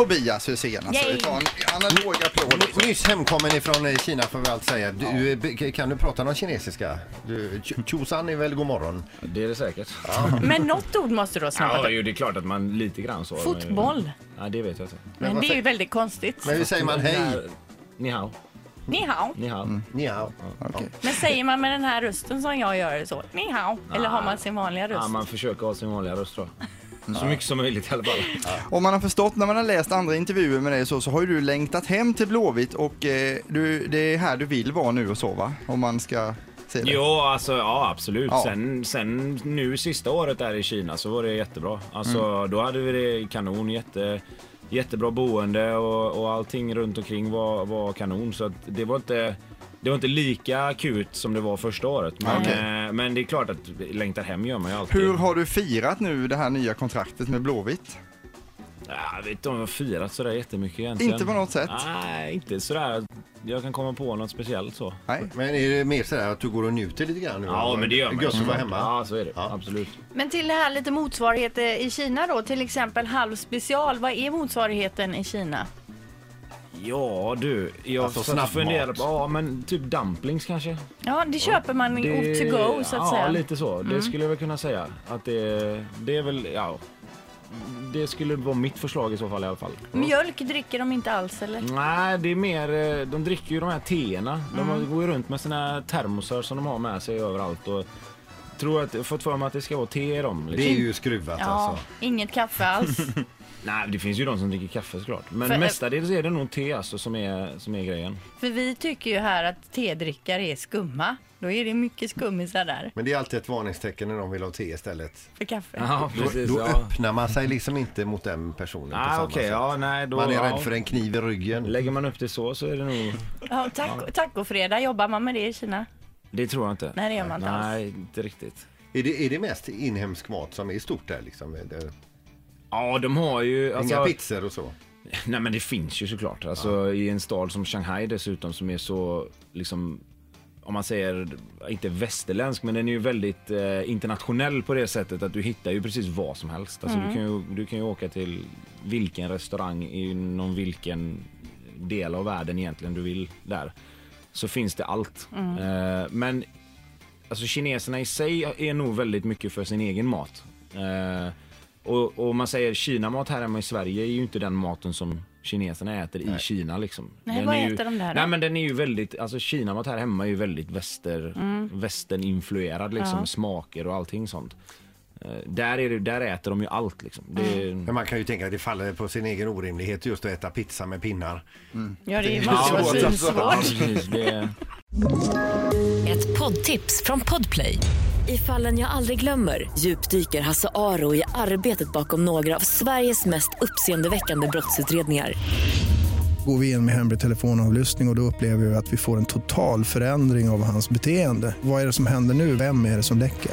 Tobias Hysén. Alltså. Yay. Vi tar en analog applåd. Ny- liksom. Nyss hemkommen ifrån eh, Kina får vi allt säga. Du, eh, be- Kan du prata någon kinesiska? Du, ch- Chosan är väl god morgon? Det är det säkert. Men något ord måste du ha snappat Ja, upp. ju, det är klart att man lite grann så. Fotboll. Ja, det vet jag inte. Men vad det är säger- ju väldigt konstigt. Men hur säger man hej? Nej, Ni hao, Ni hao. ni hao. Ni hao. Okej. Men säger man med den här rösten som jag gör så, ni hao. Eller har man sin vanliga Ja, röst? man försöker ha sin vanliga röst tror jag. Så mycket som möjligt i alla fall. Om man har förstått när man har läst andra intervjuer med dig så, så har ju du längtat hem till Blåvitt och eh, du, det är här du vill vara nu och sova om man ska se det. Jo, alltså ja absolut. Ja. Sen, sen nu sista året där i Kina så var det jättebra. Alltså då hade vi det kanon, jätte, jättebra boende och, och allting runt omkring var, var kanon. Så att det var inte det var inte lika akut som det var första året. Men, Okej. eh, men det är klart att längtar hem gör man ju alltid. Hur har du firat nu det här nya kontraktet med Blåvitt? Ja, jag vet inte om jag har firat sådär jättemycket egentligen. Inte på något sätt? Nej, inte sådär. Jag kan komma på något speciellt så. Nej. Men är det mer sådär att du går och njuter lite grann nu? Ja, men det gör man ju. Gusse var hemma. Ja, så är det. Ja. Absolut. Men till det här lite motsvarigheter i Kina då, till exempel halv special. Vad är motsvarigheten i Kina? Ja du, jag Alltså, satt och snabbmat. funderade på, ja men typ dumplings kanske? Ja, det köper man Det- to go så att ja, säga. Mm. lite så. Det skulle jag väl kunna säga. Att det, det är väl, ja. Det skulle vara mitt förslag i så fall i alla fall. Mjölk dricker de inte alls eller? Mm, Nej, det är mer, eh, de dricker ju de här teerna. Mm. De går ju runt med sina termosar som de har med sig överallt och tror att, fått för mig att det ska vara te i dem. Det Liksom. är ju skruvat Ja, alltså. inget kaffe alls. Nej, det finns ju de som dricker kaffe såklart. Men För- mestadels är det nog te alltså som är, som är grejen. För vi tycker ju här att tedrickare är skumma. Då är det mycket skummisar där Men det är alltid ett varningstecken när de vill ha te istället. för kaffe. Ja, precis. Då ja. öppnar man sig liksom inte mot den personen på Ah, samma okej, sätt. ja, nej, då, Man är ja. rädd för en kniv i ryggen. Lägger man upp det så så är det nog... Ja, taco, tacofredag, jobbar man med det i Kina? Det tror jag inte. Nej, det gör man inte alls. Nej, inte riktigt. Är det, är det mest inhemsk mat som är stort där liksom? Är det- Ja, de har ju... Inga Alltså, pizzor och så? nej, men det finns ju såklart. Alltså, I en stad som Shanghai dessutom som är så, liksom, om man säger, inte västerländsk, men den är ju väldigt eh, internationell på det sättet att du hittar ju precis vad som helst. Alltså, du, kan ju, du kan ju åka till vilken restaurang inom vilken del av världen egentligen du vill där. Så finns det allt. Mm. Eh, men alltså kineserna i sig är nog väldigt mycket för sin egen mat. Eh, och, och om man säger kinamat här hemma i Sverige är ju inte den maten som kineserna äter i Kina liksom. Nej, vad är ju, äter de där då? Nej men den är ju väldigt, alltså kinamat här hemma är ju väldigt väster, västerninfluerad liksom, Mm. Ja. smaker och allting sånt. Eh, där, är det, där äter de ju allt liksom. Det, Men man kan ju tänka att det faller på sin egen orimlighet just att äta pizza med pinnar. Ja, det är alltså. ju Ja, ja, precis. Ja, svinsvårt. precis, det, Ett poddtips från Podplay. I fallen jag aldrig glömmer djupdyker Hasse Aro i arbetet bakom några av Sveriges mest uppseendeväckande brottsutredningar. Går vi in med hemlig telefonavlyssning och, och då upplever vi att vi får en total förändring av hans beteende. Vad är det som händer nu? Vem är det som läcker?